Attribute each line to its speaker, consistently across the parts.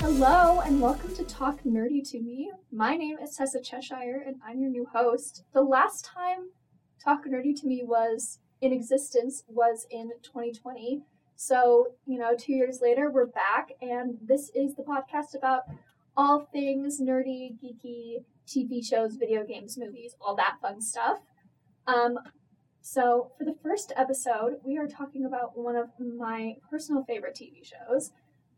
Speaker 1: Hello and welcome to Talk Nerdy to Me. My name is Tessa Cheshire and I'm your new host. The last time Talk Nerdy to Me was in existence was in 2020. So, you know, two years later, we're back and this is the podcast about all things nerdy, geeky, TV shows, video games, movies, all that fun stuff. Um, so, for the first episode, we are talking about one of my personal favorite TV shows,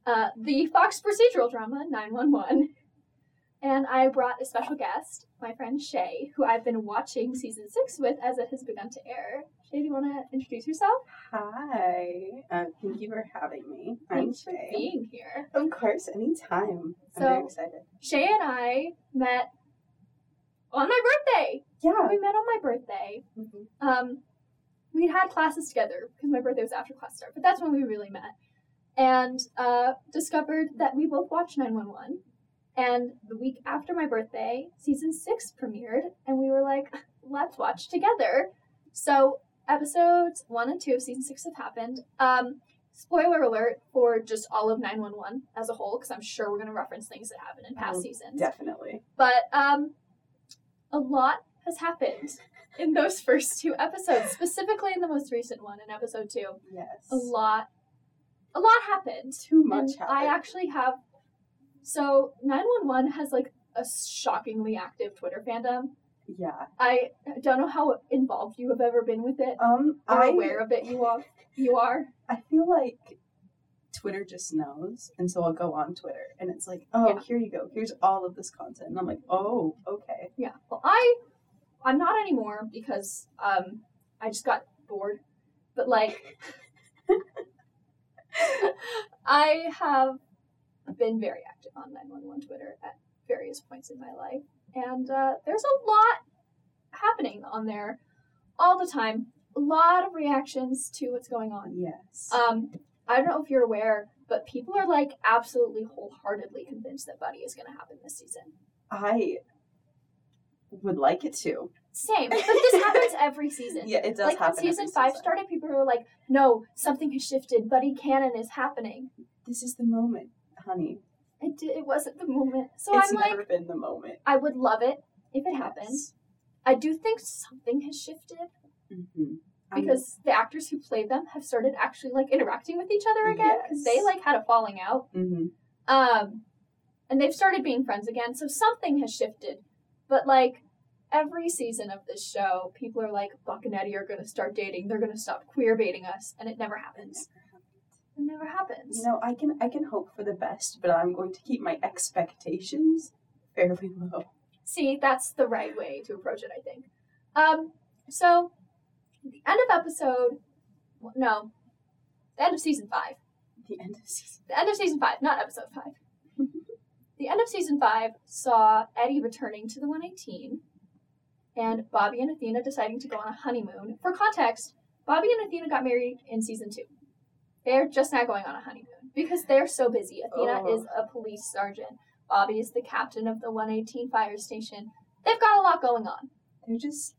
Speaker 1: uh,
Speaker 2: Mm-hmm.
Speaker 1: the Fox procedural drama 911. And I brought a special guest, my friend Shay, who I've been watching season six with as it has begun to air. Shay, do you want to introduce yourself?
Speaker 2: Hi. Uh, thank you for having me. I'm
Speaker 1: Thanks for
Speaker 2: Shay.
Speaker 1: being here.
Speaker 2: Of course, anytime. I'm
Speaker 1: So-
Speaker 2: very excited.
Speaker 1: Shay and I met on my birthday.
Speaker 2: Yeah.
Speaker 1: We met on my birthday.
Speaker 2: Mhm.
Speaker 1: Um, we had classes together because my birthday was after class start, but that's when we really met. And uh, discovered that we both watched 911. And the week after my birthday, season six premiered, and we were like, let's watch together. So episodes one and two of season six have happened. Um, spoiler alert for just all of 911 as a whole, because I'm sure we're going to reference things that happened in past
Speaker 2: Oh,
Speaker 1: seasons.
Speaker 2: Definitely.
Speaker 1: But um, a lot has happened in those first two episodes, specifically in the most recent one, in episode two.
Speaker 2: Yes.
Speaker 1: A lot, a lot happened.
Speaker 2: Too much
Speaker 1: And I
Speaker 2: happened.
Speaker 1: actually have. So nine one one has like a shockingly active Twitter fandom.
Speaker 2: Yeah.
Speaker 1: I don't know how involved you have ever been with it
Speaker 2: Um,
Speaker 1: or
Speaker 2: I,
Speaker 1: aware of it. You are. You are.
Speaker 2: I feel like Twitter just knows. And so I'll go on Twitter and it's like, oh,
Speaker 1: Yeah.
Speaker 2: here you go. Here's all of this content. And I'm like, oh, okay.
Speaker 1: Yeah. Well, I I'm not anymore because um I just got bored. But like I have been very active on 911 Twitter at various points in my life and uh, there's a lot happening on there all the time. A lot of reactions to what's going on.
Speaker 2: Yes.
Speaker 1: Um, I don't know if you're aware, but people are like absolutely wholeheartedly convinced that Buddy is going to happen this season.
Speaker 2: I would like it to.
Speaker 1: Same, but this happens every season.
Speaker 2: Yeah, it does
Speaker 1: like
Speaker 2: happen.
Speaker 1: when season
Speaker 2: every
Speaker 1: five
Speaker 2: season.
Speaker 1: started, people were like, "No, something has shifted. Buddy Cannon is happening."
Speaker 2: This is the moment, honey.
Speaker 1: It di- it wasn't the moment, so
Speaker 2: it's
Speaker 1: I'm like,
Speaker 2: never been the moment.
Speaker 1: I would love it if it happened. I do think something has shifted
Speaker 2: Mm-hmm.
Speaker 1: because the actors who played them have started actually like interacting with each other again because they
Speaker 2: Yes.
Speaker 1: like had a falling out.
Speaker 2: hmm
Speaker 1: Um, and they've started being friends again, so something has shifted. But like every season of this show, people are like, Buck and Eddie are gonna start dating, they're gonna stop queer baiting us, and it never happens. It never happens.
Speaker 2: You know, I can I can hope for the best, but I'm going to keep my expectations fairly low.
Speaker 1: See, that's the right way to approach it, I think. Um, so at the end of episode no. The end of season five.
Speaker 2: The end of season.
Speaker 1: The end of season five, not episode five. the end of season five saw Eddie returning to the 118 and Bobby and Athena deciding to go on a honeymoon. For context, Bobby and Athena got married in season two. They're just now going on a honeymoon because they're so busy. Athena
Speaker 2: Oh.
Speaker 1: is a police sergeant, Bobby is the captain of the 118 fire station. They've got a lot going on.
Speaker 2: They're just,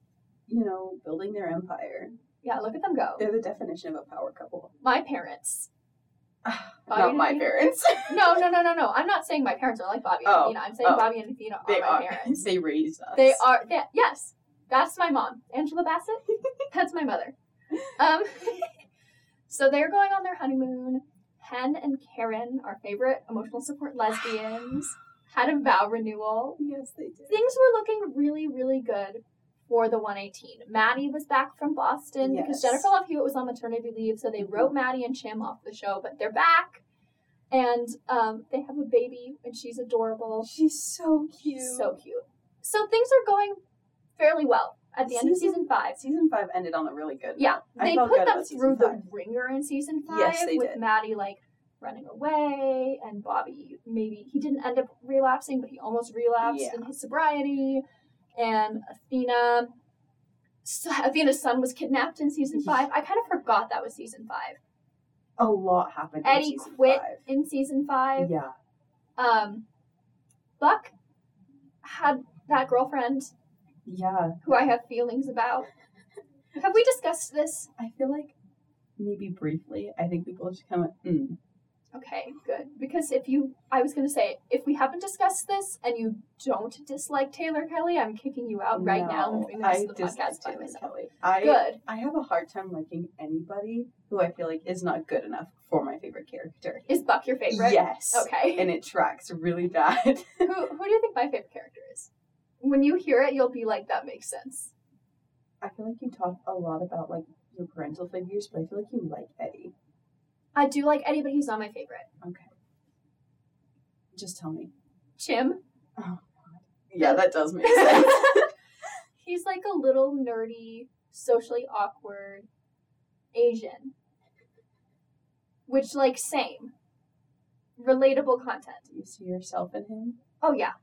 Speaker 2: you know, building their empire.
Speaker 1: Yeah, look at them go.
Speaker 2: They're the definition of a power couple.
Speaker 1: My parents. Bobby
Speaker 2: Not
Speaker 1: and
Speaker 2: my
Speaker 1: Athena-
Speaker 2: parents.
Speaker 1: No, no, no, no, no. I'm not saying my parents are like Bobby and
Speaker 2: Oh,
Speaker 1: Athena. I'm saying
Speaker 2: oh.
Speaker 1: Bobby and Athena are
Speaker 2: they
Speaker 1: my
Speaker 2: are.
Speaker 1: parents.
Speaker 2: They raised us.
Speaker 1: They are. They, yes, that's my mom, Angela Bassett. that's my mother. Um, so they're going on their honeymoon. Hen and Karen, our favorite emotional support lesbians, had a vow renewal.
Speaker 2: Yes, they did.
Speaker 1: Things were looking really, really good for the 118. Maddie was back from Boston because
Speaker 2: Yes.
Speaker 1: Jennifer Love Hewitt was on maternity leave, so they wrote Maddie and Chim off the show, but they're back. And um, they have a baby, and she's adorable.
Speaker 2: She's so cute.
Speaker 1: So cute. So things are going fairly well at the end of
Speaker 2: Season-
Speaker 1: season five.
Speaker 2: season five ended on a really good.
Speaker 1: Yeah,
Speaker 2: I
Speaker 1: they
Speaker 2: felt
Speaker 1: put
Speaker 2: good
Speaker 1: them
Speaker 2: about season
Speaker 1: through the
Speaker 2: five.
Speaker 1: ringer in season five
Speaker 2: Yes, they
Speaker 1: with
Speaker 2: did.
Speaker 1: Maddie like running away and Bobby maybe he didn't end up relapsing, but he almost relapsed
Speaker 2: Yeah.
Speaker 1: in his sobriety. And Athena, so Athena's son was kidnapped in season five. I kind of forgot that was season five.
Speaker 2: A lot happened. in
Speaker 1: Eddie
Speaker 2: season
Speaker 1: quit
Speaker 2: five.
Speaker 1: in season five.
Speaker 2: Yeah.
Speaker 1: Um, Buck had that girlfriend
Speaker 2: Yeah.
Speaker 1: who I have feelings about. Have we discussed this?
Speaker 2: I feel like maybe briefly. I think we both just kind of went, mm,
Speaker 1: Okay, good. Because if you, I was going to say, if we haven't discussed this and you don't dislike Taylor Kelly, I'm kicking you out Uh, right now. and
Speaker 2: No,
Speaker 1: doing the rest
Speaker 2: I
Speaker 1: of the podcast
Speaker 2: dislike
Speaker 1: by
Speaker 2: Taylor
Speaker 1: myself.
Speaker 2: Kelly. I
Speaker 1: Good.
Speaker 2: I have a hard time liking anybody who I feel like is not good enough for my favorite character.
Speaker 1: Is Buck your favorite?
Speaker 2: Yes.
Speaker 1: Okay.
Speaker 2: And it tracks really bad.
Speaker 1: who, who do you think my favorite character is? When you hear it, you'll be like, that makes sense.
Speaker 2: I feel like you talk a lot about like your parental figures, but I feel like you like Eddie.
Speaker 1: I do like Eddie, but he's not my favorite.
Speaker 2: Just tell me.
Speaker 1: Jim,
Speaker 2: Yeah, that does make sense.
Speaker 1: he's like a little nerdy, socially awkward Asian. Which, like, same. Relatable content.
Speaker 2: Do you see yourself in him?
Speaker 1: Oh yeah,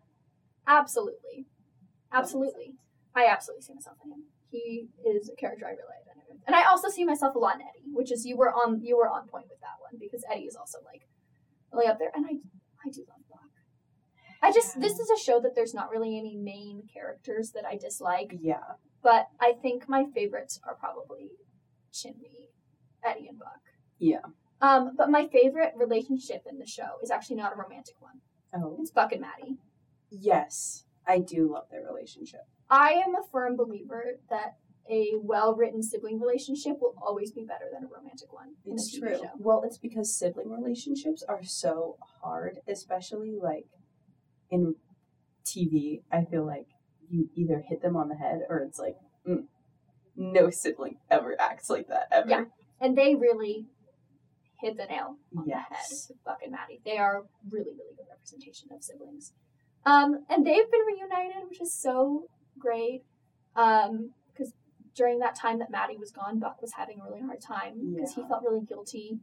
Speaker 1: absolutely, absolutely. I absolutely see myself in him. He is a character I really identify with, and I also see myself a lot in Eddie, which is you were on you were on point with that one because Eddie is also like really up there, and I I do love Buck. I just this is a show that there's not really any main characters that I dislike,
Speaker 2: Yeah.
Speaker 1: but I think my favorites are probably Chimney, Eddie, and Buck.
Speaker 2: Yeah.
Speaker 1: Um, but my favorite relationship in the show is actually not a romantic one.
Speaker 2: Oh.
Speaker 1: It's Buck and Maddie.
Speaker 2: Yes. I do love their relationship.
Speaker 1: I am a firm believer that a well written sibling relationship will always be better than a romantic one. in a TV show.
Speaker 2: Well, it's because sibling relationships are so hard, especially like in TV. I feel like you either hit them on the head or it's like, mm, no sibling ever acts like that ever.
Speaker 1: Yeah. And they really hit the nail on the head
Speaker 2: Yes.
Speaker 1: with Buck and Maddie. They are really, really good representation of siblings. Um, and they've been reunited, which is so great. Because during that time that Maddie was gone, Buck was having a really hard time because he
Speaker 2: Yeah.
Speaker 1: felt really guilty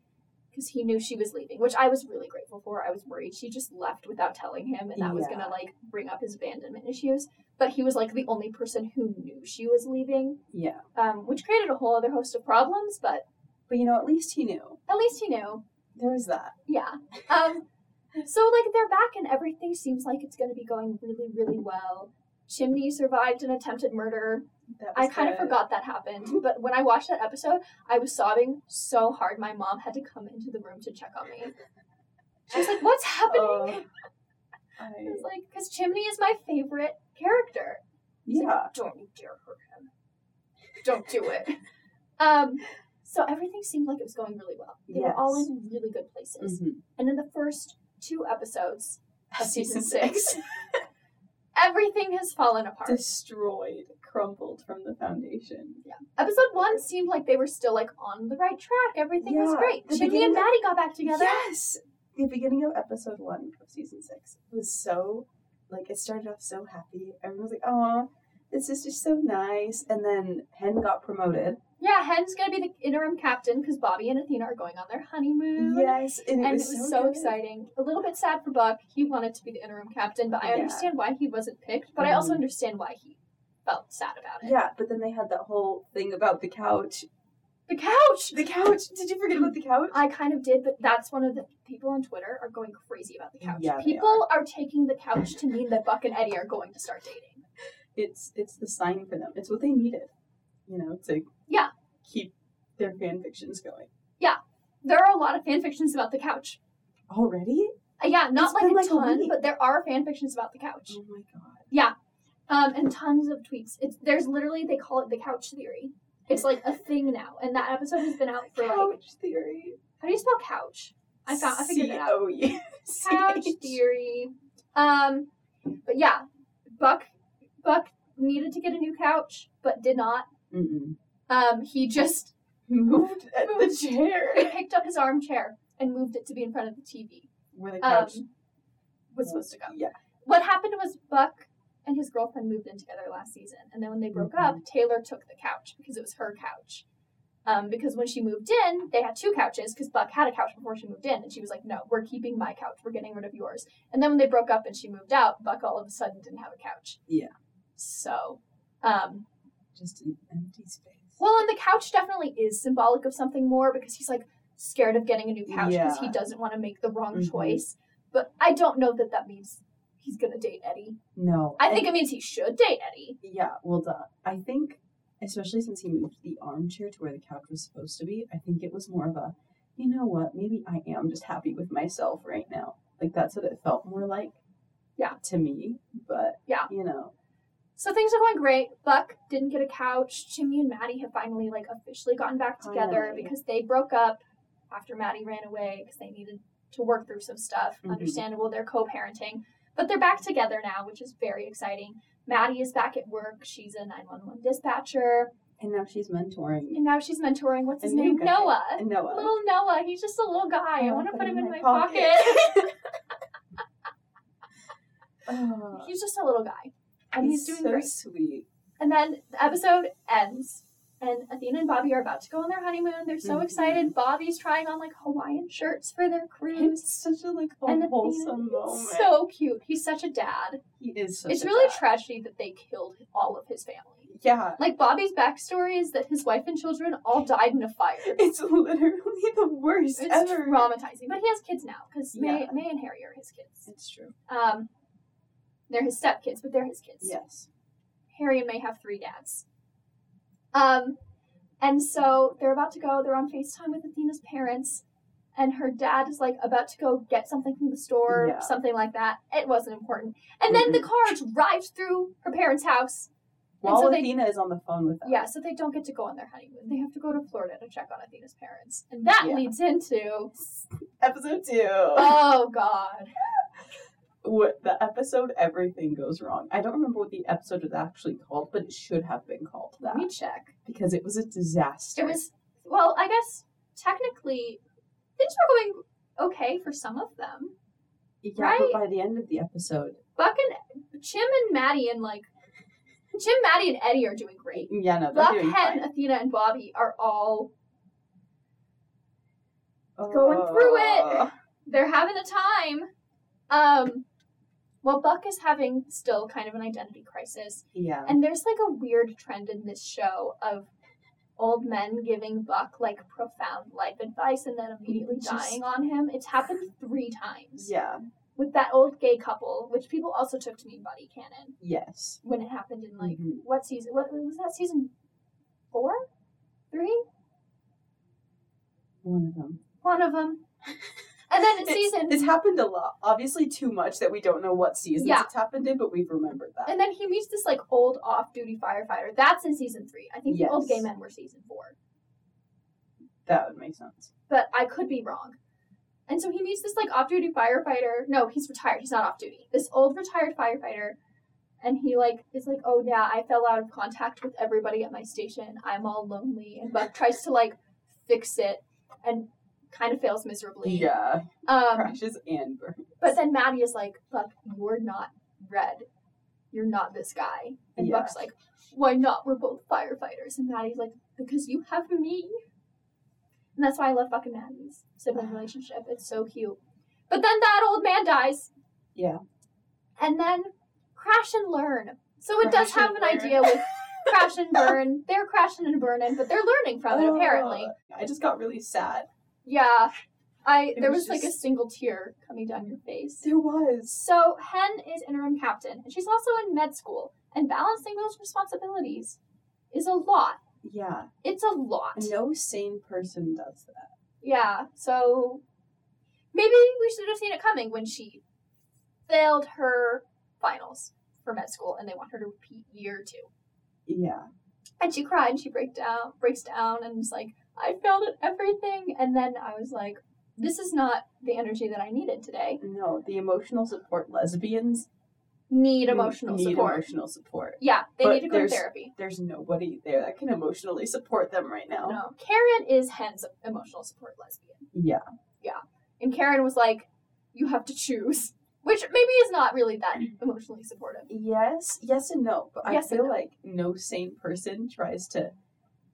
Speaker 1: because he knew she was leaving, which I was really grateful for. I was worried she just left without telling him, and that was
Speaker 2: Yeah.
Speaker 1: gonna like bring up his abandonment issues. But he was like the only person who knew she was leaving,
Speaker 2: Yeah.
Speaker 1: um, which created a whole other host of problems. But
Speaker 2: But you know, at least he knew.
Speaker 1: at least he knew,
Speaker 2: There was that.
Speaker 1: yeah. Um, so like they're back, and everything seems like it's gonna be going really, really well. Chimney survived an attempted murder.
Speaker 2: that
Speaker 1: I
Speaker 2: was
Speaker 1: kind of
Speaker 2: good.
Speaker 1: forgot that happened, but when I watched that episode, I was sobbing so hard my mom had to come into the room to check on me. She was like, "What's happening?"
Speaker 2: Oh, I,
Speaker 1: I was like, "Cause Chimney is my favorite character." She's
Speaker 2: yeah.
Speaker 1: Like, Don't you dare hurt him. Don't do it. um. So everything seemed like it was going really well. They were all
Speaker 2: Yes.
Speaker 1: in really good places,
Speaker 2: Mhm.
Speaker 1: and in the first two episodes of season six, everything has fallen apart.
Speaker 2: Destroyed, crumbled from the foundation.
Speaker 1: Episode one seemed like they were still like on the right track. Everything was
Speaker 2: Yeah,
Speaker 1: great.
Speaker 2: the
Speaker 1: Chimney and
Speaker 2: beginning of-
Speaker 1: Maddie got back together.
Speaker 2: Yes. The beginning of episode one of season six was so like it started off so happy. Everyone was like, "Oh, this is just so nice." And then Hen got promoted.
Speaker 1: Yeah, Hen's gonna be the interim captain because Bobby and Athena are going on their honeymoon.
Speaker 2: Yes, and it
Speaker 1: And
Speaker 2: was, so, good.
Speaker 1: exciting. A little bit sad for Buck. He wanted to be the interim captain, but I
Speaker 2: Yeah.
Speaker 1: understand why he wasn't picked. But I also
Speaker 2: Mhm.
Speaker 1: understand why he felt sad about it.
Speaker 2: Yeah, but then they had that whole thing about the couch.
Speaker 1: The couch.
Speaker 2: The couch. Did you forget about the couch?
Speaker 1: I kind of did, but that's one of the people on Twitter are going crazy about the couch.
Speaker 2: Yeah, they
Speaker 1: people are. taking the couch to mean that Buck and Eddie are going to start dating.
Speaker 2: It's it's the sign for them. It's what they needed, you know, to
Speaker 1: Yeah.
Speaker 2: keep their fan fictions going.
Speaker 1: There are a lot of fan fictions about the couch.
Speaker 2: Already?
Speaker 1: Uh, Yeah, not
Speaker 2: It's
Speaker 1: like
Speaker 2: been
Speaker 1: a
Speaker 2: like a
Speaker 1: ton,
Speaker 2: week.
Speaker 1: but there are fan fictions about the couch.
Speaker 2: Oh my god.
Speaker 1: Um, and tons of tweets. It's there's literally they call it the couch theory. It's like a thing now, and that episode has been out for like
Speaker 2: Couch theory.
Speaker 1: how do you spell couch? I found I figured it out.
Speaker 2: C-O-U.
Speaker 1: Couch
Speaker 2: C-H.
Speaker 1: theory. Um, but yeah, Buck Buck needed to get a new couch, but did not.
Speaker 2: Mm-mm.
Speaker 1: Um, he just
Speaker 2: Moved at the chair.
Speaker 1: he picked up his armchair and moved it to be in front of the TV.
Speaker 2: Where the
Speaker 1: Um,
Speaker 2: couch
Speaker 1: was supposed to go.
Speaker 2: Yeah.
Speaker 1: what happened was Buck and his girlfriend moved in together last season, and then when they broke
Speaker 2: Mm-hmm.
Speaker 1: up, Taylor took the couch because it was her couch. Um, because when she moved in, they had two couches because Buck had a couch before she moved in, and she was like, "No, we're keeping my couch. We're getting rid of yours." And then when they broke up and she moved out, Buck all of a sudden didn't have a couch.
Speaker 2: Yeah.
Speaker 1: So, um,
Speaker 2: Just an empty space.
Speaker 1: well, and the couch definitely is symbolic of something more because he's like scared of getting a new couch because he
Speaker 2: Yeah.
Speaker 1: doesn't want to make the wrong
Speaker 2: Mhm.
Speaker 1: choice. But I don't know that that means he's gonna date Eddie.
Speaker 2: No.
Speaker 1: I think it means he should date Eddie.
Speaker 2: Yeah, well, duh. I think, especially since he moved the armchair to where the couch was supposed to be, I think it was more of a you know what? Maybe I am just happy with myself right now. Like that's what it felt more like.
Speaker 1: Yeah.
Speaker 2: To me, but
Speaker 1: Yeah.
Speaker 2: you know,
Speaker 1: So things are going great. Buck didn't get a couch. Jimmy and Maddie have finally like officially gotten back together
Speaker 2: Finally.
Speaker 1: because they broke up after Maddie ran away because they needed to work through some stuff.
Speaker 2: Mhm.
Speaker 1: Understandable, they're co-parenting, but they're back together now, which is very exciting. Maddie is back at work. She's a 911 dispatcher,
Speaker 2: and now she's mentoring
Speaker 1: and now she's mentoring what's his
Speaker 2: A new
Speaker 1: name?
Speaker 2: guy.
Speaker 1: Noah.
Speaker 2: Noah.
Speaker 1: Little Noah, he's just a little guy. I want to put him in my pocket.
Speaker 2: Oh,
Speaker 1: he's just a little guy, and he's, doing
Speaker 2: so
Speaker 1: great.
Speaker 2: sweet.
Speaker 1: And then the episode ends, and Athena and Bobby are about to go on their honeymoon. They're so
Speaker 2: Mhm.
Speaker 1: excited. Bobby's trying on like Hawaiian shirts for their cruise.
Speaker 2: It's such a like a
Speaker 1: And the thing
Speaker 2: wholesome moment.
Speaker 1: So cute. He's such a dad.
Speaker 2: he is. Oh, Such
Speaker 1: it's
Speaker 2: a
Speaker 1: really
Speaker 2: dad.
Speaker 1: tragedy that they killed all of his family.
Speaker 2: yeah.
Speaker 1: Like Bobby's backstory is that his wife and children all died in a fire.
Speaker 2: It's literally the worst
Speaker 1: It's
Speaker 2: ever.
Speaker 1: traumatizing. But he has kids now because May,
Speaker 2: Yeah.
Speaker 1: May and Harry are his kids.
Speaker 2: It's true.
Speaker 1: Um, they're his stepkids, but they're his kids.
Speaker 2: Yes.
Speaker 1: Harry and May have three dads. Um, and so they're about to go. They're on FaceTime with Athena's parents, and her dad is like about to go get something from the store,
Speaker 2: Yeah. Mm-hmm.
Speaker 1: something like that. It wasn't important. And then the car drives through her parents' house.
Speaker 2: While
Speaker 1: so they-
Speaker 2: Athena is on the phone with them.
Speaker 1: Yeah, so they don't get to go on their honeymoon. They have to go to Florida to check on Athena's parents, and that
Speaker 2: Yeah.
Speaker 1: leads into
Speaker 2: Episode two.
Speaker 1: oh god,
Speaker 2: what the episode everything goes wrong. I don't remember what the episode was actually called, but it should have been called
Speaker 1: let
Speaker 2: that
Speaker 1: me check.
Speaker 2: because it was a disaster.
Speaker 1: It was well, I guess technically things were going okay for some of them.
Speaker 2: yeah,
Speaker 1: right?
Speaker 2: but by the end of the episode,
Speaker 1: Buck and Chim and Maddie and like Chim, Maddie, and Eddie are doing great.
Speaker 2: yeah, no, they're
Speaker 1: Buck,
Speaker 2: doing
Speaker 1: Hen,
Speaker 2: fine.
Speaker 1: Athena, and Bobby are all going
Speaker 2: Oh.
Speaker 1: through it. they're having a time. Um, well, Buck is having still kind of an identity crisis,
Speaker 2: Yeah,
Speaker 1: and there's like a weird trend in this show of old men giving Buck like profound life advice and then immediately
Speaker 2: Just-
Speaker 1: dying on him. It's happened three times
Speaker 2: yeah,
Speaker 1: with that old gay couple, which people also took to mean Buddy Cannon.
Speaker 2: yes.
Speaker 1: when it happened in like
Speaker 2: Mhm.
Speaker 1: what season? What was that season? Four, three,
Speaker 2: One of them.
Speaker 1: one of them. And then in
Speaker 2: It's-
Speaker 1: season,
Speaker 2: It's happened a lot. Obviously, too much that we don't know what seasons
Speaker 1: Yeah.
Speaker 2: it's happened in, but we've remembered that.
Speaker 1: and then he meets this like old off-duty firefighter. That's in season three. I think the old gay
Speaker 2: Yes.
Speaker 1: men were season four,
Speaker 2: that would make sense.
Speaker 1: but I could be wrong. And so he meets this like off-duty firefighter. No, he's retired. He's not off-duty. This old retired firefighter. And he like is like, oh yeah, I fell out of contact with everybody at my station. I'm all lonely. And Buck tries to like fix it, and kind of fails miserably.
Speaker 2: Yeah,
Speaker 1: Um,
Speaker 2: crashes and burns.
Speaker 1: but then Maddie is like, Buck, you're not red. You're not this guy. And
Speaker 2: Yeah.
Speaker 1: Buck's like, why not? We're both firefighters. And Maddie's like, because you have me. And that's why I love Buck and Maddie's sibling relationship. It's so cute. But then that old man dies.
Speaker 2: Yeah.
Speaker 1: And then crash and learn. So it does
Speaker 2: Crash
Speaker 1: have
Speaker 2: and
Speaker 1: an
Speaker 2: burn.
Speaker 1: idea with crash and burn. They're crashing and burning, but they're learning from it apparently.
Speaker 2: Oh, I just got really sad.
Speaker 1: Yeah. I
Speaker 2: It
Speaker 1: there was,
Speaker 2: was
Speaker 1: like a
Speaker 2: just-
Speaker 1: single tear coming down your face.
Speaker 2: There was.
Speaker 1: So Hen is interim captain, and she's also in med school, and balancing those responsibilities is a lot.
Speaker 2: Yeah,
Speaker 1: It's a lot.
Speaker 2: no sane person does that.
Speaker 1: Yeah, so maybe we should have seen it coming when she failed her finals for med school and they want her to repeat year two.
Speaker 2: Yeah,
Speaker 1: And she cried, she break down breaks down and is like, I failed at everything and then I was like, this is not the energy that I needed today.
Speaker 2: no, the emotional support lesbians
Speaker 1: Need emotional
Speaker 2: need
Speaker 1: support.
Speaker 2: emotional support.
Speaker 1: Yeah, they
Speaker 2: But
Speaker 1: need to go to
Speaker 2: there's-
Speaker 1: therapy.
Speaker 2: There's nobody there that can emotionally support them right now.
Speaker 1: No, Karen is Hen's emotional support lesbian,
Speaker 2: Yeah,
Speaker 1: and Karen was like, "You have to choose," which maybe is not really that emotionally supportive.
Speaker 2: yes, yes, and no. But I
Speaker 1: Yes and
Speaker 2: feel
Speaker 1: no.
Speaker 2: like no sane person tries to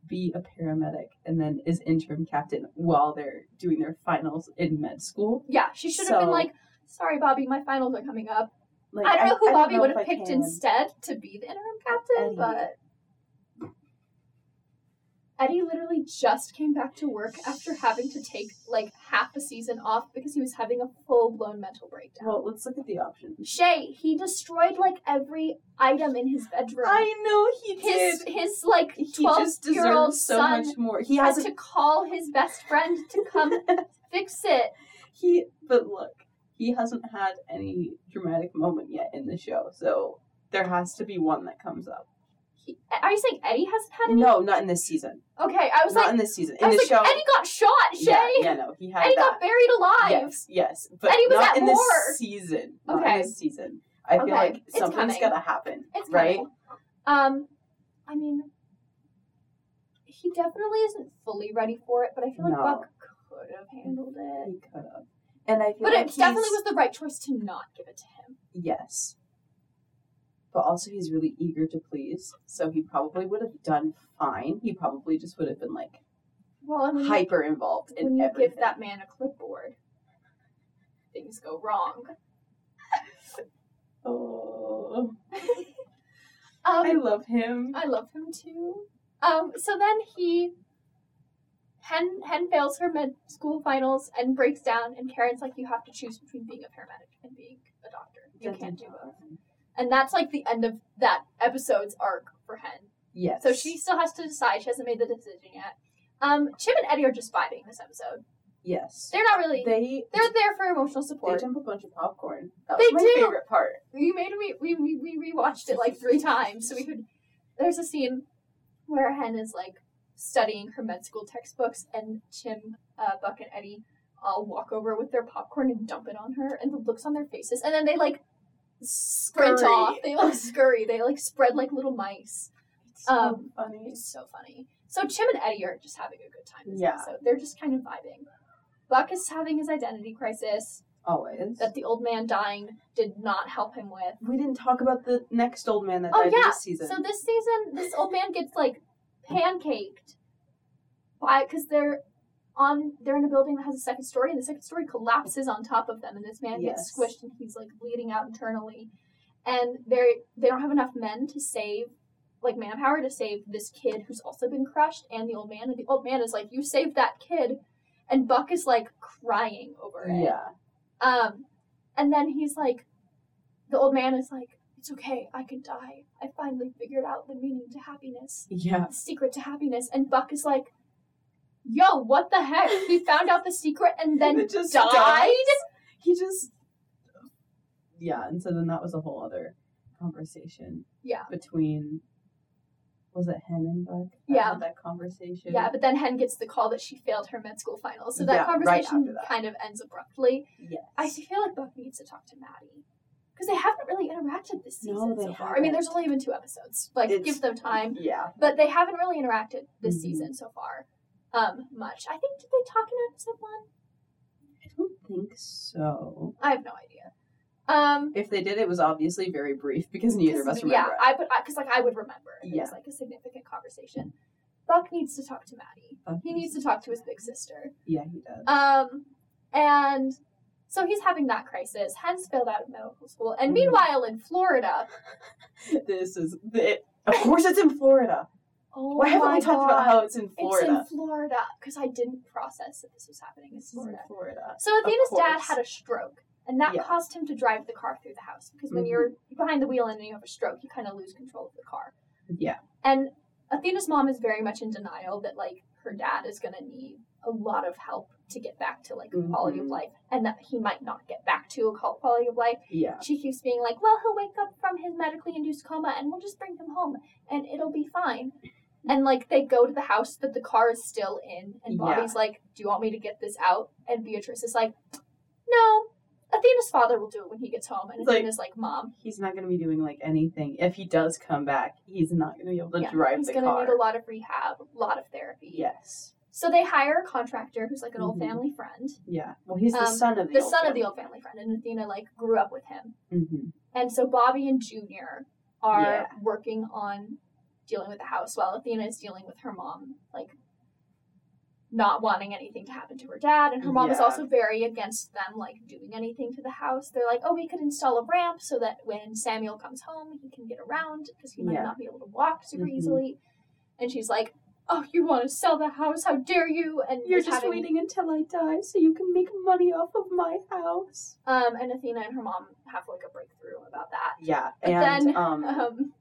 Speaker 2: be a paramedic and then is interim captain while they're doing their finals in med school.
Speaker 1: Yeah, she should have been
Speaker 2: So-
Speaker 1: like, "Sorry, Bobby, my finals are coming up."
Speaker 2: Like
Speaker 1: I don't know who
Speaker 2: I
Speaker 1: Bobby
Speaker 2: know
Speaker 1: would
Speaker 2: if
Speaker 1: have
Speaker 2: I
Speaker 1: picked
Speaker 2: can.
Speaker 1: instead to be the interim captain,
Speaker 2: Eddie.
Speaker 1: but Eddie literally just came back to work after having to take like half a season off because he was having a full blown mental breakdown.
Speaker 2: Well, let's look at the options.
Speaker 1: Shay, he destroyed like every item in his bedroom.
Speaker 2: know he
Speaker 1: his his like
Speaker 2: He
Speaker 1: twelve
Speaker 2: just
Speaker 1: year old
Speaker 2: deserves so
Speaker 1: son
Speaker 2: much more. He
Speaker 1: had
Speaker 2: has
Speaker 1: to call his best friend to come fix it.
Speaker 2: he but look he hasn't had any dramatic moment yet in the show so there has to be one that comes up
Speaker 1: He, are you saying Eddie hasn't had any?
Speaker 2: no not in this season
Speaker 1: Okay, I was
Speaker 2: not
Speaker 1: like,
Speaker 2: in this season in
Speaker 1: I was
Speaker 2: the
Speaker 1: like,
Speaker 2: show
Speaker 1: Eddie got shot. Shay,
Speaker 2: yeah, yeah no he had
Speaker 1: Eddie got
Speaker 2: that
Speaker 1: buried alive.
Speaker 2: yes yes but
Speaker 1: Eddie was
Speaker 2: not
Speaker 1: at
Speaker 2: in
Speaker 1: war.
Speaker 2: this season not
Speaker 1: Okay.
Speaker 2: in this season i feel
Speaker 1: Okay,
Speaker 2: like
Speaker 1: it's
Speaker 2: something's
Speaker 1: coming.
Speaker 2: gotta happen
Speaker 1: It's
Speaker 2: right
Speaker 1: right. Um, I mean, he definitely isn't fully ready for it, but I feel like
Speaker 2: No.
Speaker 1: Buck could have handled it.
Speaker 2: he could have and i feel
Speaker 1: But
Speaker 2: like
Speaker 1: it definitely
Speaker 2: he's-
Speaker 1: was the right choice to not give it to him.
Speaker 2: Yes. But also, he's really eager to please, so he probably would have done fine. He probably just would have been like
Speaker 1: Well, and when you-
Speaker 2: hyper involved
Speaker 1: when
Speaker 2: in
Speaker 1: you
Speaker 2: everything.
Speaker 1: give that man a clipboard, things go wrong.
Speaker 2: Oh,
Speaker 1: Um,
Speaker 2: I love him.
Speaker 1: I love him too. Um, so then he Hen Hen fails her med school finals and breaks down and Karen's like, You have to choose between being a paramedic and being a doctor. You can't do both. And that's like the end of that episode's arc for Hen.
Speaker 2: Yes.
Speaker 1: So she still has to decide, she hasn't made the decision yet. Um, Chip and Eddie are just vibing this episode.
Speaker 2: Yes.
Speaker 1: They're not really
Speaker 2: They they
Speaker 1: they're there for emotional support.
Speaker 2: dump a bunch of popcorn. That
Speaker 1: They
Speaker 2: was my
Speaker 1: do.
Speaker 2: favorite part.
Speaker 1: we made we we we, we rewatched it like three times so we could. There's a scene where Hen is like studying her med school textbooks, and Chim, uh, Buck, and Eddie all walk over with their popcorn and dump it on her, and the looks on their faces, and then they like sprint
Speaker 2: Scurry.
Speaker 1: off. They like scurry. They like spread like little mice.
Speaker 2: It's so
Speaker 1: Um,
Speaker 2: funny.
Speaker 1: It's so funny. So Chim and Eddie are just having a good time. This
Speaker 2: Yeah.
Speaker 1: episode. they're just kind of vibing. Buck is having his identity crisis
Speaker 2: Always.
Speaker 1: that the old man dying did not help him with.
Speaker 2: we didn't talk about the next old man that
Speaker 1: Oh,
Speaker 2: died
Speaker 1: yeah.
Speaker 2: this season.
Speaker 1: So this season, this old man gets like pancaked by because they're on they're in a building that has a second story, and the second story collapses on top of them, and this man gets
Speaker 2: Yes.
Speaker 1: squished, and he's like bleeding out internally, and they they don't have enough men to save. Like manpower to save this kid who's also been crushed, and the old man. And the old man is like, "You saved that kid," and Buck is like crying over it.
Speaker 2: yeah.
Speaker 1: Um, and then he's like, the old man is like, it's okay, I can die. I finally figured out the meaning to happiness,
Speaker 2: Yeah.
Speaker 1: the secret to happiness. And Buck is like, yo, what the heck? He found out the secret and then
Speaker 2: It just
Speaker 1: died?
Speaker 2: dies. He just Yeah, and so then that was a whole other conversation
Speaker 1: Yeah.
Speaker 2: between was it Hen and Buck? that
Speaker 1: Yeah.
Speaker 2: had That conversation.
Speaker 1: Yeah, but then Hen gets the call that she failed her med school finals. So that
Speaker 2: Yeah, right
Speaker 1: conversation
Speaker 2: after that.
Speaker 1: kind of ends abruptly.
Speaker 2: Yes.
Speaker 1: I feel like Buck needs to talk to Maddie. Because they haven't really interacted this
Speaker 2: No,
Speaker 1: season
Speaker 2: they
Speaker 1: so far. I mean, there's only been two episodes. Like,
Speaker 2: It's-
Speaker 1: give them time.
Speaker 2: Yeah.
Speaker 1: but they haven't really interacted this
Speaker 2: Mhm.
Speaker 1: season so far um much i think did they talk in episode one
Speaker 2: I don't think so.
Speaker 1: i have no idea um
Speaker 2: If they did, it was obviously very brief because neither of us
Speaker 1: 'cause-
Speaker 2: remember.
Speaker 1: yeah
Speaker 2: it.
Speaker 1: i but because like i would remember if it was
Speaker 2: Yeah.
Speaker 1: like a significant conversation buck needs to talk to maddie
Speaker 2: Buck
Speaker 1: he needs to talk to his big sister
Speaker 2: Yeah, he does.
Speaker 1: um and so he's having that crisis hence failed out of medical school and
Speaker 2: Mhm.
Speaker 1: meanwhile in florida
Speaker 2: this is it. Of course, it's in Florida.
Speaker 1: oh
Speaker 2: Why haven't
Speaker 1: my
Speaker 2: we talked
Speaker 1: God.
Speaker 2: about how it's in
Speaker 1: it's in
Speaker 2: Florida?
Speaker 1: florida because i didn't process that this was happening in
Speaker 2: This is in
Speaker 1: florida
Speaker 2: Florida.
Speaker 1: So Athena's dad
Speaker 2: course.
Speaker 1: had a stroke, and that
Speaker 2: Yeah.
Speaker 1: caused him to drive the car through the house because when
Speaker 2: Mhm.
Speaker 1: you're behind the wheel and you have a stroke, you kind of lose control of the car.
Speaker 2: Yeah.
Speaker 1: And Athena's mom is very much in denial that like her dad is going to need a lot of help to get back to like quality of
Speaker 2: Mhm.
Speaker 1: life, and that he might not get back to a qual- quality of life.
Speaker 2: Yeah.
Speaker 1: She keeps being like, "Well, he'll wake up from his medically induced coma, and we'll just bring him home, and it'll be fine." And like they go to the house that the car is still in, and
Speaker 2: Yeah.
Speaker 1: Bobby's like, "Do you want me to get this out?" And Beatrice is like, "No, Athena's father will do it when he gets home." And
Speaker 2: It's like-
Speaker 1: Athena's like, "Mom,
Speaker 2: He's not going to be doing like anything. If he does come back, he's not going to be able to
Speaker 1: yeah,
Speaker 2: drive
Speaker 1: he's
Speaker 2: the
Speaker 1: gonna
Speaker 2: car.
Speaker 1: need a lot of rehab, a lot of therapy."
Speaker 2: yes.
Speaker 1: So they hire a contractor who's like an old
Speaker 2: Mhm.
Speaker 1: family friend,
Speaker 2: Yeah. Well, he's the
Speaker 1: Um,
Speaker 2: son of the
Speaker 1: the son of the old family friend, and Athena like grew up with him.
Speaker 2: Mm-hmm.
Speaker 1: And so Bobby and Junior are
Speaker 2: Yeah.
Speaker 1: working on dealing with the house while Athena is dealing with her mom, like not wanting anything to happen to her dad. And her mom is
Speaker 2: Yeah.
Speaker 1: also very against them like doing anything to the house. They're like, oh, we could install a ramp so that when Samuel comes home, he can get around because he might
Speaker 2: Yeah.
Speaker 1: not be able to walk super
Speaker 2: Mhm.
Speaker 1: easily. And she's like, oh, you want to sell the house? How dare you? And
Speaker 2: You're
Speaker 1: is
Speaker 2: just
Speaker 1: having-
Speaker 2: waiting until I die so you can make money off of my house.
Speaker 1: Um, and Athena and her mom have like a breakthrough about that.
Speaker 2: Yeah,
Speaker 1: But
Speaker 2: and
Speaker 1: then,
Speaker 2: um,
Speaker 1: Um,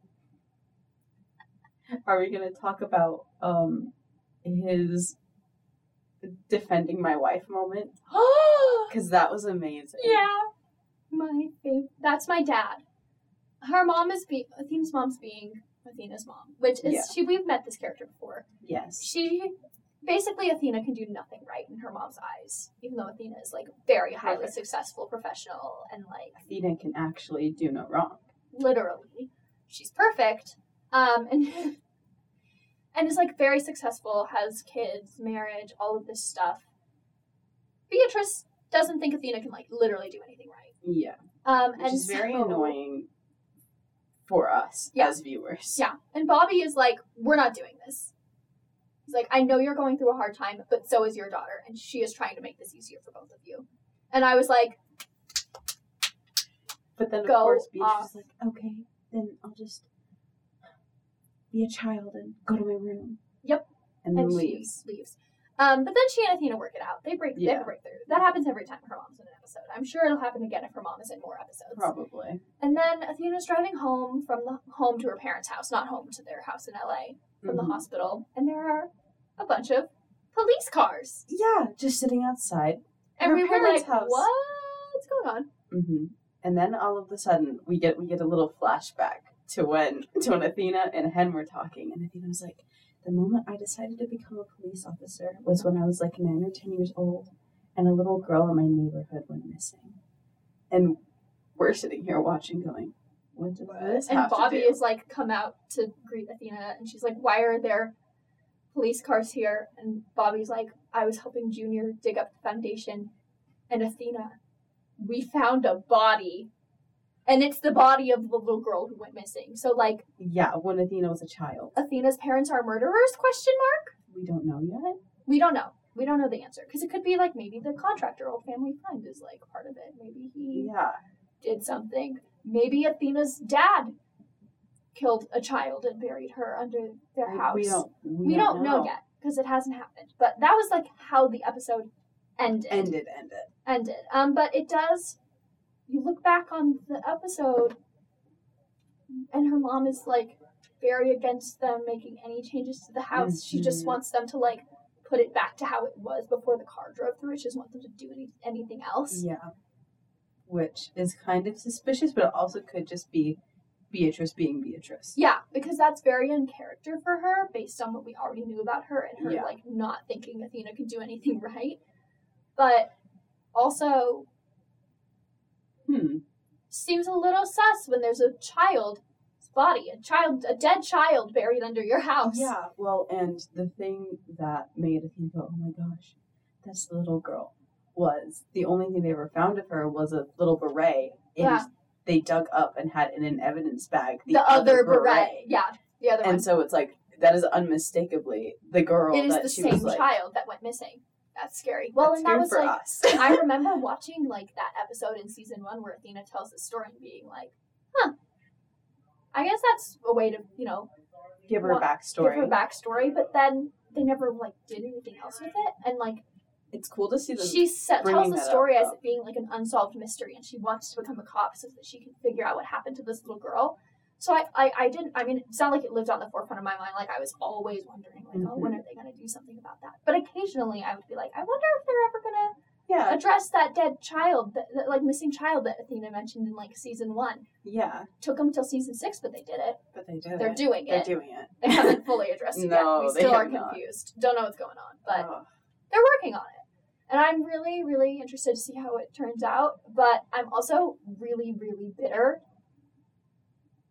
Speaker 2: are we gonna talk about um his defending my wife moment? Because that was amazing.
Speaker 1: yeah, my favorite. That's my dad. Her mom is being Athena's mom's being Athena's mom, which is
Speaker 2: Yeah.
Speaker 1: she. We've met this character before.
Speaker 2: Yes.
Speaker 1: She basically Athena can do nothing right in her mom's eyes, even though Athena is like very highly
Speaker 2: Perfect.
Speaker 1: successful professional and like
Speaker 2: Athena can actually do no wrong.
Speaker 1: literally she's perfect um and and is like very successful has kids marriage all of this stuff beatrice doesn't think athena can like literally do anything right
Speaker 2: Yeah.
Speaker 1: um
Speaker 2: Which
Speaker 1: and
Speaker 2: is very
Speaker 1: so-
Speaker 2: annoying for us
Speaker 1: Yeah.
Speaker 2: as viewers.
Speaker 1: yeah and bobby is like we're not doing this he's like i know you're going through a hard time but so is your daughter and she is trying to make this easier for both of you and i was like
Speaker 2: But then of
Speaker 1: Go
Speaker 2: course Beatrice
Speaker 1: off.
Speaker 2: is like, okay, then I'll just be a child and go to my room.
Speaker 1: Yep.
Speaker 2: And then
Speaker 1: and she
Speaker 2: leaves.
Speaker 1: leaves. Um, but then she and Athena work it out. They break. They
Speaker 2: Yeah.
Speaker 1: have a breakthrough. That happens every time her mom's in an episode. I'm sure it'll happen again if her mom is in more episodes.
Speaker 2: Probably.
Speaker 1: And then Athena's driving home from the home to her parents' house, not home to their house in LA, from
Speaker 2: Mhm.
Speaker 1: the hospital. And there are a bunch of police cars.
Speaker 2: Yeah, just sitting outside.
Speaker 1: And
Speaker 2: Her
Speaker 1: we were
Speaker 2: parents'
Speaker 1: like,
Speaker 2: house.
Speaker 1: what's going on?
Speaker 2: hmm And then all of a sudden, we get we get a little flashback to when to when Athena and Hen were talking, and Athena was like, "The moment I decided to become a police officer was when I was like nine or ten years old, and a little girl in my neighborhood went missing." And we're sitting here watching, going, "What does this
Speaker 1: and
Speaker 2: have
Speaker 1: Bobby
Speaker 2: to do?"
Speaker 1: is like come out to greet Athena and she's like, Why are there police cars here? And Bobby's like, I was helping Junior dig up the foundation and Athena, we found a body. And it's the body of the little girl who went missing. So like
Speaker 2: yeah, when Athena was a child,
Speaker 1: Athena's parents are murderers, question mark?
Speaker 2: we don't know yet.
Speaker 1: We don't know. We don't know the answer. Because it could be like maybe the contractor old family friend is like part of it. Maybe he
Speaker 2: Yeah,
Speaker 1: did something. Maybe Athena's dad killed a child and buried her under their house.
Speaker 2: we don't. We,
Speaker 1: We don't know yet because it hasn't happened. But that was like how the episode ended.
Speaker 2: Ended, ended.
Speaker 1: Ended. Um, but it does. You look back on the episode, and her mom is like very against them making any changes to the house. She just
Speaker 2: Mhm.
Speaker 1: wants them to like put it back to how it was before the car drove through. She doesn't want them to do any, anything else.
Speaker 2: Yeah. Which is kind of suspicious, but it also could just be Beatrice being Beatrice.
Speaker 1: Yeah, because that's very in character for her based on what we already knew about her and her
Speaker 2: Yeah.
Speaker 1: like not thinking Athena could do anything right. But also
Speaker 2: Hmm.
Speaker 1: seems a little sus when there's a child's body, a child a dead child buried under your house.
Speaker 2: Yeah. Well, and the thing that made Athena go, oh my gosh, that's the little girl, was the only thing they ever found of her was a little beret. And
Speaker 1: Yeah.
Speaker 2: they dug up and had in an evidence bag
Speaker 1: The, other beret. Yeah. The other
Speaker 2: And so it's like, that is unmistakably the girl
Speaker 1: one. It
Speaker 2: that
Speaker 1: is the
Speaker 2: she
Speaker 1: same
Speaker 2: was like.
Speaker 1: child that went missing. That's scary. Well
Speaker 2: "That's
Speaker 1: and that
Speaker 2: good
Speaker 1: was
Speaker 2: for
Speaker 1: like
Speaker 2: us.
Speaker 1: I remember watching like that episode in season one where Athena tells the story and being like, huh. I guess that's a way to, you know,
Speaker 2: give her a
Speaker 1: want-
Speaker 2: backstory.
Speaker 1: give her backstory, but then they never like did anything else with it. And like
Speaker 2: It's cool to see the
Speaker 1: she set, tells
Speaker 2: bringing
Speaker 1: the
Speaker 2: that up,
Speaker 1: story as
Speaker 2: though.
Speaker 1: it being like an unsolved mystery, and she wants to become a cop so that she can figure out what happened to this little girl. So I, I, I didn't. I mean, it's not like it lived on the forefront of my mind. Like I was always wondering, like, oh,
Speaker 2: Mm-hmm.
Speaker 1: when are they gonna do something about that? But occasionally, I would be like, I wonder if they're ever gonna
Speaker 2: Yeah.
Speaker 1: address that dead child, that, that like missing child that Athena mentioned in like season one.
Speaker 2: Yeah.
Speaker 1: Took them till season six, but they did it.
Speaker 2: But they did
Speaker 1: They're
Speaker 2: it.
Speaker 1: doing
Speaker 2: They're
Speaker 1: it.
Speaker 2: doing it.
Speaker 1: They haven't fully addressed it
Speaker 2: No,
Speaker 1: yet. We
Speaker 2: they
Speaker 1: still are
Speaker 2: have not.
Speaker 1: confused. Don't know what's going on, but
Speaker 2: Ugh.
Speaker 1: they're working on it. And I'm really, really interested to see how it turns out. But I'm also really, really bitter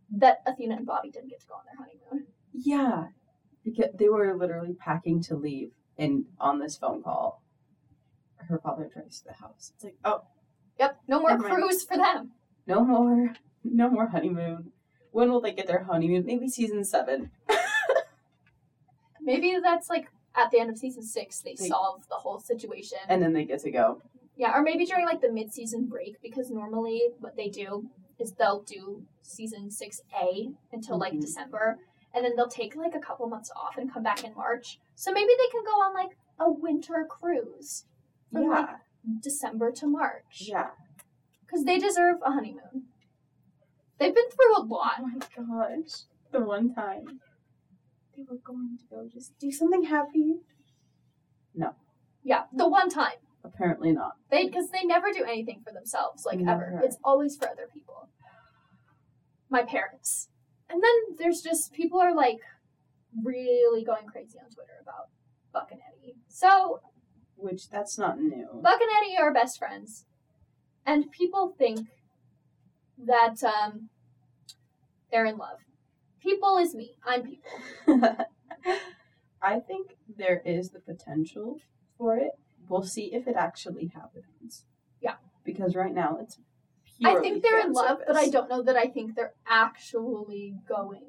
Speaker 1: that Athena and Bobby didn't get to go on their honeymoon.
Speaker 2: yeah, because they were literally packing to leave, and on this phone call, her father drives to the house. It's like, oh,
Speaker 1: Yep, no more
Speaker 2: Never mind.
Speaker 1: cruise for them.
Speaker 2: no more, no more honeymoon. When will they get their honeymoon? Maybe season seven.
Speaker 1: Maybe that's like at the end of season six, they,
Speaker 2: They-
Speaker 1: solve the whole situation.
Speaker 2: And then they get to go.
Speaker 1: yeah, or maybe during like the mid season break, because normally what they do is they'll do season 6A until like
Speaker 2: Mhm.
Speaker 1: December. and then they'll take like a couple months off and come back in March. So maybe they can go on like a winter cruise from
Speaker 2: yeah,
Speaker 1: like December to March
Speaker 2: yeah.
Speaker 1: because they deserve a honeymoon. They've been through a lot.
Speaker 2: Oh my gosh. The one time they were going to go just do something happy.
Speaker 1: Yeah, the one time.
Speaker 2: Apparently not.
Speaker 1: They because they never do anything for themselves, like ever.
Speaker 2: Never.
Speaker 1: It's always for other people. My parents, and then there's just people are like really going crazy on Twitter about Buck and Eddie. So
Speaker 2: Which that's not new.
Speaker 1: Buck and Eddie are best friends, and people think that um, they're in love. People is me. I'm people.
Speaker 2: I think there is the potential for it. We'll see if it actually happens.
Speaker 1: Yeah.
Speaker 2: Because right now it's
Speaker 1: I
Speaker 2: purely
Speaker 1: think they're in
Speaker 2: fan
Speaker 1: love, but I
Speaker 2: service.
Speaker 1: don't know that I think they're actually going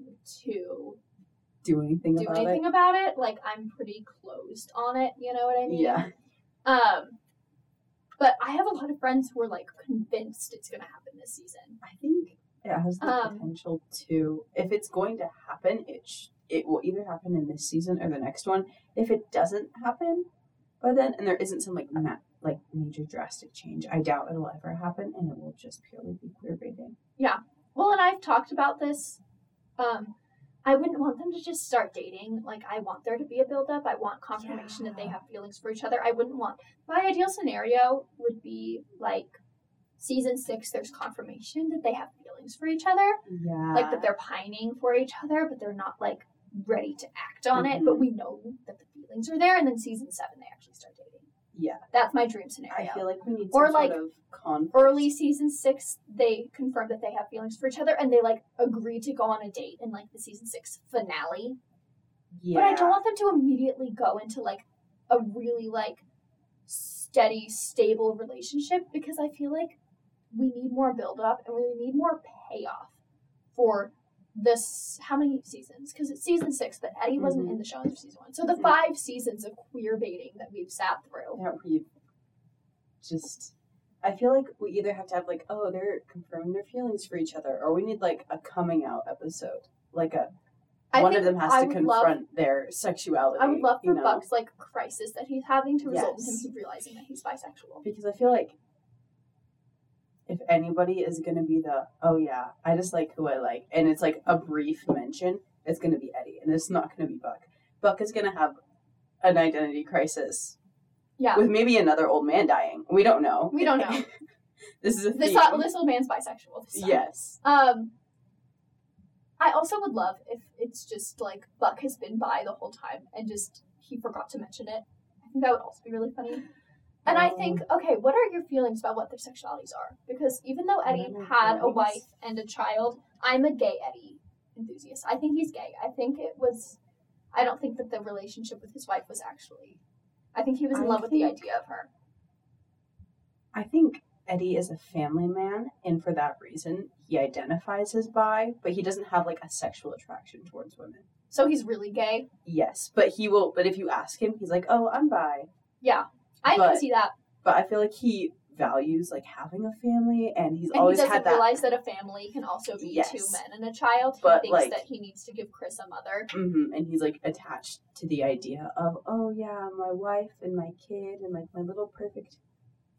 Speaker 1: to
Speaker 2: do anything
Speaker 1: do
Speaker 2: about
Speaker 1: anything about it. Like I'm pretty closed on it. You know what I
Speaker 2: it.
Speaker 1: mean?
Speaker 2: Yeah.
Speaker 1: Um, but I have a lot of friends who are like convinced it's going to happen this season.
Speaker 2: I think it has the
Speaker 1: Um,
Speaker 2: potential to. If it's going to happen, it sh- it will either happen in this season or the next one. If it doesn't happen by then, and there isn't some like ma- like major drastic change, I doubt it'll ever happen, and it will just purely be queer baiting.
Speaker 1: Well, and I've talked about this. Um, I wouldn't want them to just start dating. Like I want there to be a buildup. I want confirmation that they
Speaker 2: Yeah.
Speaker 1: have feelings for each other. I wouldn't want. My ideal scenario would be like season six. There's confirmation that they have feelings for each other.
Speaker 2: Yeah,
Speaker 1: like that they're pining for each other, but they're not like ready to act on it. But
Speaker 2: Mhm.
Speaker 1: we know that the feelings are there, and then season seven they actually start dating.
Speaker 2: Yeah.
Speaker 1: that's my dream
Speaker 2: I
Speaker 1: scenario.
Speaker 2: feel like we need
Speaker 1: Or,
Speaker 2: some
Speaker 1: like,
Speaker 2: sort of conflict.
Speaker 1: Early season six, they confirm that they have feelings for each other, and they like agree to go on a date in like the season six finale.
Speaker 2: Yeah,
Speaker 1: But I don't want them to immediately go into like a really like steady, stable relationship because I feel like we need more build up and we need more payoff for this how many seasons? Because it's season six, but Eddie wasn't
Speaker 2: Mhm.
Speaker 1: in the show after season one. So the
Speaker 2: Mhm.
Speaker 1: five seasons of queer baiting that we've sat through.
Speaker 2: that we just I feel like we either have to have like, oh, they're confirming their feelings for each other, or we need like a coming out episode, like a
Speaker 1: I
Speaker 2: one
Speaker 1: think
Speaker 2: of them has
Speaker 1: I
Speaker 2: to
Speaker 1: would love-
Speaker 2: confront their sexuality.
Speaker 1: I would love for
Speaker 2: you know?
Speaker 1: Buck's like crisis that he's having to result
Speaker 2: Yes.
Speaker 1: in him realizing that he's bisexual.
Speaker 2: because I feel like if anybody is gonna be the oh yeah, I just like who I like, and it's like a brief mention, it's gonna be Eddie, and it's not gonna be Buck. Buck is gonna have an identity crisis
Speaker 1: Yeah,
Speaker 2: with maybe another old man dying. We don't know.
Speaker 1: we don't know.
Speaker 2: This is a
Speaker 1: this uh,
Speaker 2: theme.
Speaker 1: this old man's bisexual. This sucks.
Speaker 2: yes.
Speaker 1: Um, I also would love if it's just like Buck has been by the whole time and just he forgot to mention it. I think that would also be really funny. And I think,
Speaker 2: Mm.
Speaker 1: okay, what are your feelings about what their sexualities are? Because even though
Speaker 2: are
Speaker 1: Eddie
Speaker 2: my
Speaker 1: had a
Speaker 2: feelings?
Speaker 1: wife and a child, I'm a gay Eddie enthusiast. I think he's gay. I think it was, I don't think that the relationship with his wife was actually. I think he was in
Speaker 2: I
Speaker 1: love with the
Speaker 2: think-
Speaker 1: idea of her.
Speaker 2: I think Eddie is a family man, and for that reason, he identifies as bi, but he doesn't have like a sexual attraction towards women.
Speaker 1: So he's really gay.
Speaker 2: Yes, but he will. But if you ask him, he's like, "Oh, I'm bi."
Speaker 1: Yeah, I can
Speaker 2: But-
Speaker 1: see that.
Speaker 2: But I feel like he values like having a family, and he's
Speaker 1: And
Speaker 2: always
Speaker 1: he
Speaker 2: had
Speaker 1: doesn't
Speaker 2: that.
Speaker 1: realize that a family can also be two
Speaker 2: Yes.
Speaker 1: men and a child. He
Speaker 2: But,
Speaker 1: thinks
Speaker 2: like-
Speaker 1: that he needs to give Chris a mother.
Speaker 2: Mhm, and he's like attached to the idea of, "Oh yeah, my wife and my kid and like my little perfect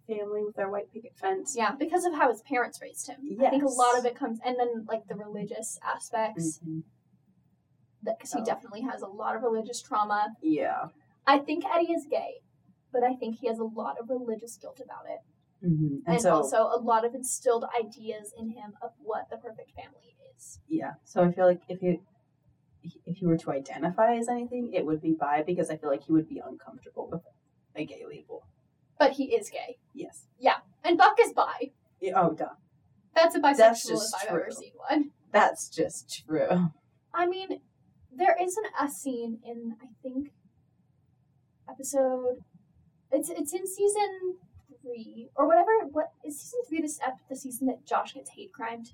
Speaker 2: family with our white picket fence."
Speaker 1: Yeah, because of how his parents raised him. I think a
Speaker 2: Yes.
Speaker 1: lot of it comes, and then like the religious aspects,
Speaker 2: Mhm.
Speaker 1: because he
Speaker 2: Oh.
Speaker 1: definitely has a lot of religious trauma.
Speaker 2: Yeah.
Speaker 1: I think Eddie is gay, but I think he has a lot of religious guilt about it,
Speaker 2: hmm And,
Speaker 1: and,
Speaker 2: so,
Speaker 1: also a lot of instilled ideas in him of what the perfect family is.
Speaker 2: Yeah. So I feel like if he if he were to identify as anything, it would be bi because I feel like he would be uncomfortable with a gay label.
Speaker 1: But he is gay,
Speaker 2: Yes.
Speaker 1: and Buck is bi.
Speaker 2: Yeah, Oh, duh.
Speaker 1: That's a bisexual
Speaker 2: That's
Speaker 1: if
Speaker 2: just
Speaker 1: I've ever
Speaker 2: true.
Speaker 1: seen one.
Speaker 2: That's just true.
Speaker 1: I mean, there is an a scene in I think episode. It's it's in season three or whatever. What is season three? This ep- the season that Josh gets hate crimed.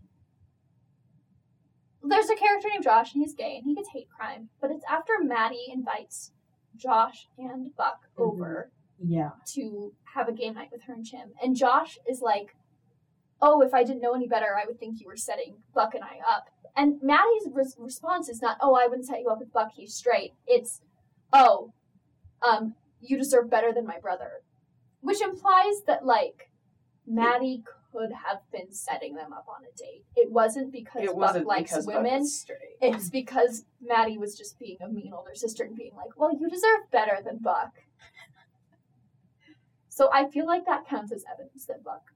Speaker 1: There's a character named Josh and he's gay and he gets hate crimed, but it's after Maddie invites Josh and Buck
Speaker 2: Mhm.
Speaker 1: over
Speaker 2: Yeah.
Speaker 1: to have a game night with her and Jim, and Josh is like, "Oh, if I didn't know any better, I would think you were setting Buck and I up." And Maddie's res- response is not, "Oh, I wouldn't set you up with Buck. He's straight." It's, "Oh, um, you deserve better than my brother," which implies that like Maddie could have been setting them up on a date. It wasn't because
Speaker 2: It
Speaker 1: Buck
Speaker 2: wasn't
Speaker 1: likes
Speaker 2: because Buck
Speaker 1: women.
Speaker 2: was straight.
Speaker 1: It's because Maddie was just being a mean older sister and being like, well, you deserve better than Buck. So I feel like that counts as evidence that Buck.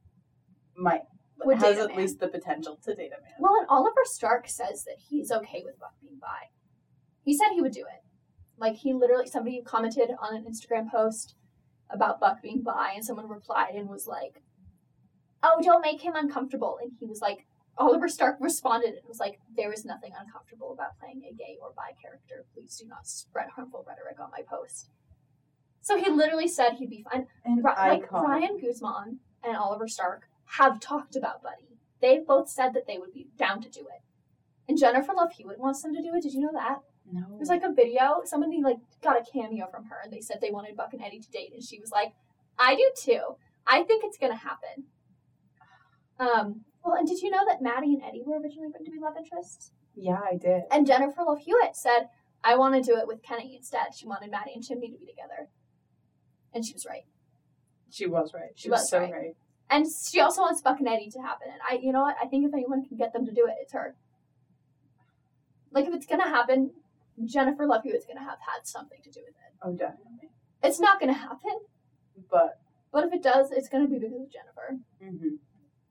Speaker 2: Might
Speaker 1: Would
Speaker 2: has
Speaker 1: date a
Speaker 2: at
Speaker 1: man.
Speaker 2: least the potential to date a man.
Speaker 1: Well, and Oliver Stark says that he's okay with Buck being bi. He said he would do it. Like, he literally, somebody commented on an Instagram post about Buck being bi, and someone replied and was like, oh, don't make him uncomfortable. And he was like, Oliver Stark responded and was like, there is nothing uncomfortable about playing a gay or bi character. Please do not spread harmful rhetoric on my post. So he literally said he'd be fine.
Speaker 2: An
Speaker 1: Ri- like
Speaker 2: icon.
Speaker 1: Ryan Guzman and Oliver Stark have talked about Buddy. They both said that they would be down to do it. And Jennifer Love Hewitt wants them to do it. Did you know that?
Speaker 2: no.
Speaker 1: There's like a video. Somebody like got a cameo from her, and they said they wanted Buck and Eddie to date, and she was like, "I do too. I think it's gonna happen." Um. Well, and did you know that Maddie and Eddie were originally going to be love interests?
Speaker 2: yeah, I did.
Speaker 1: And Jennifer Love Hewitt said, "I want to do it with Kenny instead. She wanted Maddie and Chimney to be together." And she was right.
Speaker 2: She was right. She,
Speaker 1: She
Speaker 2: was,
Speaker 1: was
Speaker 2: so
Speaker 1: right.
Speaker 2: right.
Speaker 1: And she also wants Buck and Eddie to happen. And I, you know what? I think if anyone can get them to do it, it's her. Like if it's gonna happen, Jennifer Love Hewitt's gonna have had something to do with it.
Speaker 2: Oh, definitely.
Speaker 1: It's not gonna happen,
Speaker 2: But
Speaker 1: but if it does, it's gonna be because of Jennifer.
Speaker 2: mhm.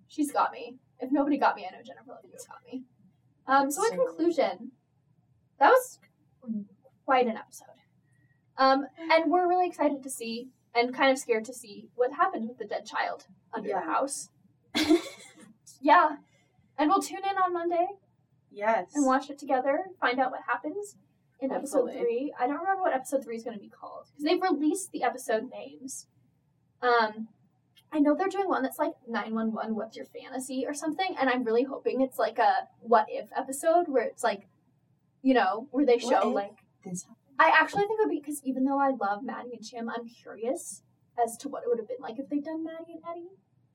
Speaker 1: She's got me. If nobody got me, I know Jennifer Love Hewitt's got me. Um, so in
Speaker 2: So-
Speaker 1: conclusion, that was quite an episode. Um, and we're really excited to see and kind of scared to see what happened with the dead child under
Speaker 2: Yeah.
Speaker 1: the house. yeah. And we'll tune in on Monday
Speaker 2: yes.
Speaker 1: and watch it together, find out what happens in episode
Speaker 2: Hopefully.
Speaker 1: three. I don't remember what episode three is going to be called because they've released the episode names. Um, I know they're doing one that's like 911 What's Your Fantasy or something, and I'm really hoping it's like a what if episode where it's like, you know, where they
Speaker 2: What
Speaker 1: show
Speaker 2: if?
Speaker 1: like.
Speaker 2: This
Speaker 1: I actually think it would be because even though I love Maddie and Jim, I'm curious as to what it would have been like if they'd done Maddie and Eddie.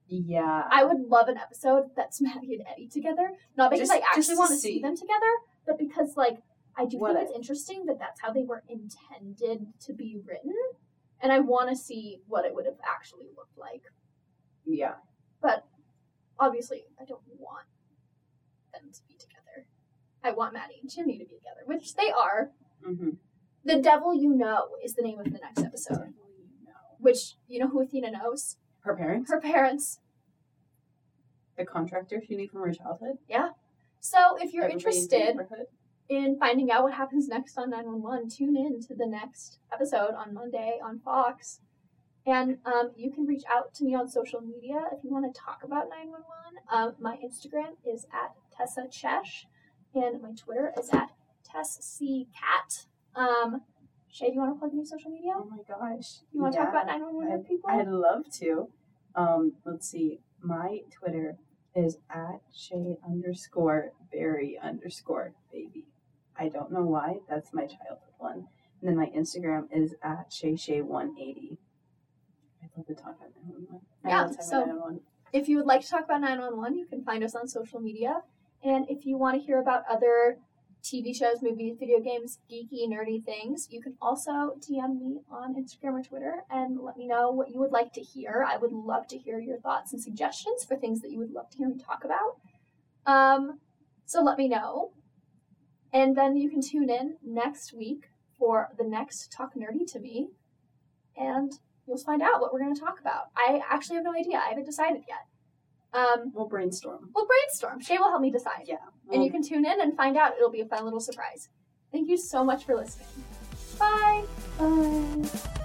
Speaker 2: Yeah.
Speaker 1: I would love an episode that's Maddie and Eddie together. Not because
Speaker 2: Just-
Speaker 1: I
Speaker 2: just
Speaker 1: actually
Speaker 2: to
Speaker 1: want to
Speaker 2: see.
Speaker 1: see them together, but because like I do
Speaker 2: What
Speaker 1: think it's interesting that that's how they were intended to be written, and I want to see what it would have actually looked like.
Speaker 2: yeah.
Speaker 1: Obviously, I don't want them to be together. I want Maddie and Chimney to be together, which they are.
Speaker 2: Mm-hmm.
Speaker 1: The Devil You Know is the name of the next episode, which you know who Athena knows?
Speaker 2: Her parents,
Speaker 1: Her parents.
Speaker 2: the contractor she knew from her childhood.
Speaker 1: So if you're
Speaker 2: Everybody in the
Speaker 1: interested,
Speaker 2: neighborhood.
Speaker 1: in finding out what happens next on 911, tune in to the next episode on Monday on Fox. And um, you can reach out to me on social media if you want to talk about 911. Um, my Instagram is at Tessa Chesh, and my Twitter is at Tess C. Cat. Um, Shay, do you want to plug any social media?
Speaker 2: Oh my gosh.
Speaker 1: You want to
Speaker 2: Yeah.
Speaker 1: talk about 911 with people?
Speaker 2: I'd love to. Um, let's see. My Twitter is at Shay underscore Barry underscore baby. I don't know why. That's my childhood one. And then my Instagram is at Shay Shay one eighty. I love to talk about my own one. I
Speaker 1: Yeah,
Speaker 2: love talking
Speaker 1: so-
Speaker 2: about my own one.
Speaker 1: if you would like to talk about 911, you can find us on social media. And if you want to hear about other TV shows, movies, video games, geeky, nerdy things, you can also DM me on Instagram or Twitter and let me know what you would like to hear. I would love to hear your thoughts and suggestions for things that you would love to hear me talk about. Um, so let me know. And then you can tune in next week for the next Talk Nerdy to Me. And you'll find out what we're going to talk about. I actually have no idea. I haven't decided yet. Um,
Speaker 2: We'll brainstorm.
Speaker 1: we'll brainstorm. Shay will help me decide.
Speaker 2: Yeah.
Speaker 1: And you can tune in and find out. It'll be a fun little surprise. Thank you so much for listening. Bye. Bye.